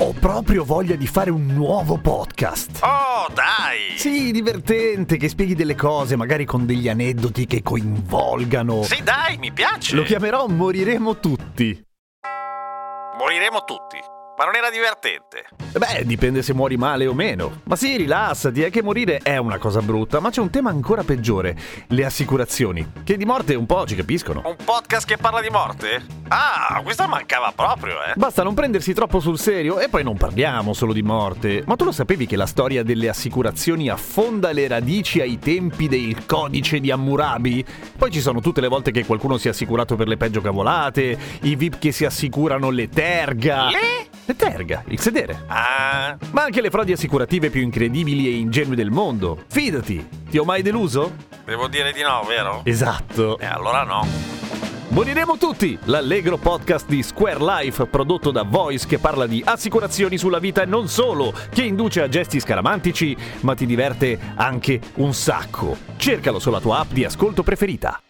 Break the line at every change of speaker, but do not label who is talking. Ho proprio voglia di fare un nuovo podcast.
Oh, dai!
Sì, divertente, che spieghi delle cose, magari con degli aneddoti che coinvolgano.
Sì, dai, mi piace!
Lo chiamerò Moriremo tutti.
Moriremo tutti. Ma non era divertente.
Beh, dipende se muori male o meno. Ma sì, rilassati, è che morire è una cosa brutta, ma c'è un tema ancora peggiore, le assicurazioni, che di morte un po' ci capiscono.
Un podcast che parla di morte? Ah, questa mancava proprio, eh.
Basta non prendersi troppo sul serio e poi non parliamo solo di morte. Ma tu lo sapevi che la storia delle assicurazioni affonda le radici ai tempi del codice di Hammurabi? Poi ci sono tutte le volte che qualcuno si è assicurato per le peggio cavolate, i VIP che si assicurano le terga.
Le?
Le terga, il sedere.
Ah,
Ma anche le frodi assicurative più incredibili e ingenue del mondo. Fidati, ti ho mai deluso?
devo dire di no, vero?
Esatto.
Eh, allora no.
Moriremo tutti! L'allegro podcast di Square Life, prodotto da Voice, che parla di assicurazioni sulla vita e non solo, che induce a gesti scaramantici, ma ti diverte anche un sacco. Cercalo sulla tua app di ascolto preferita.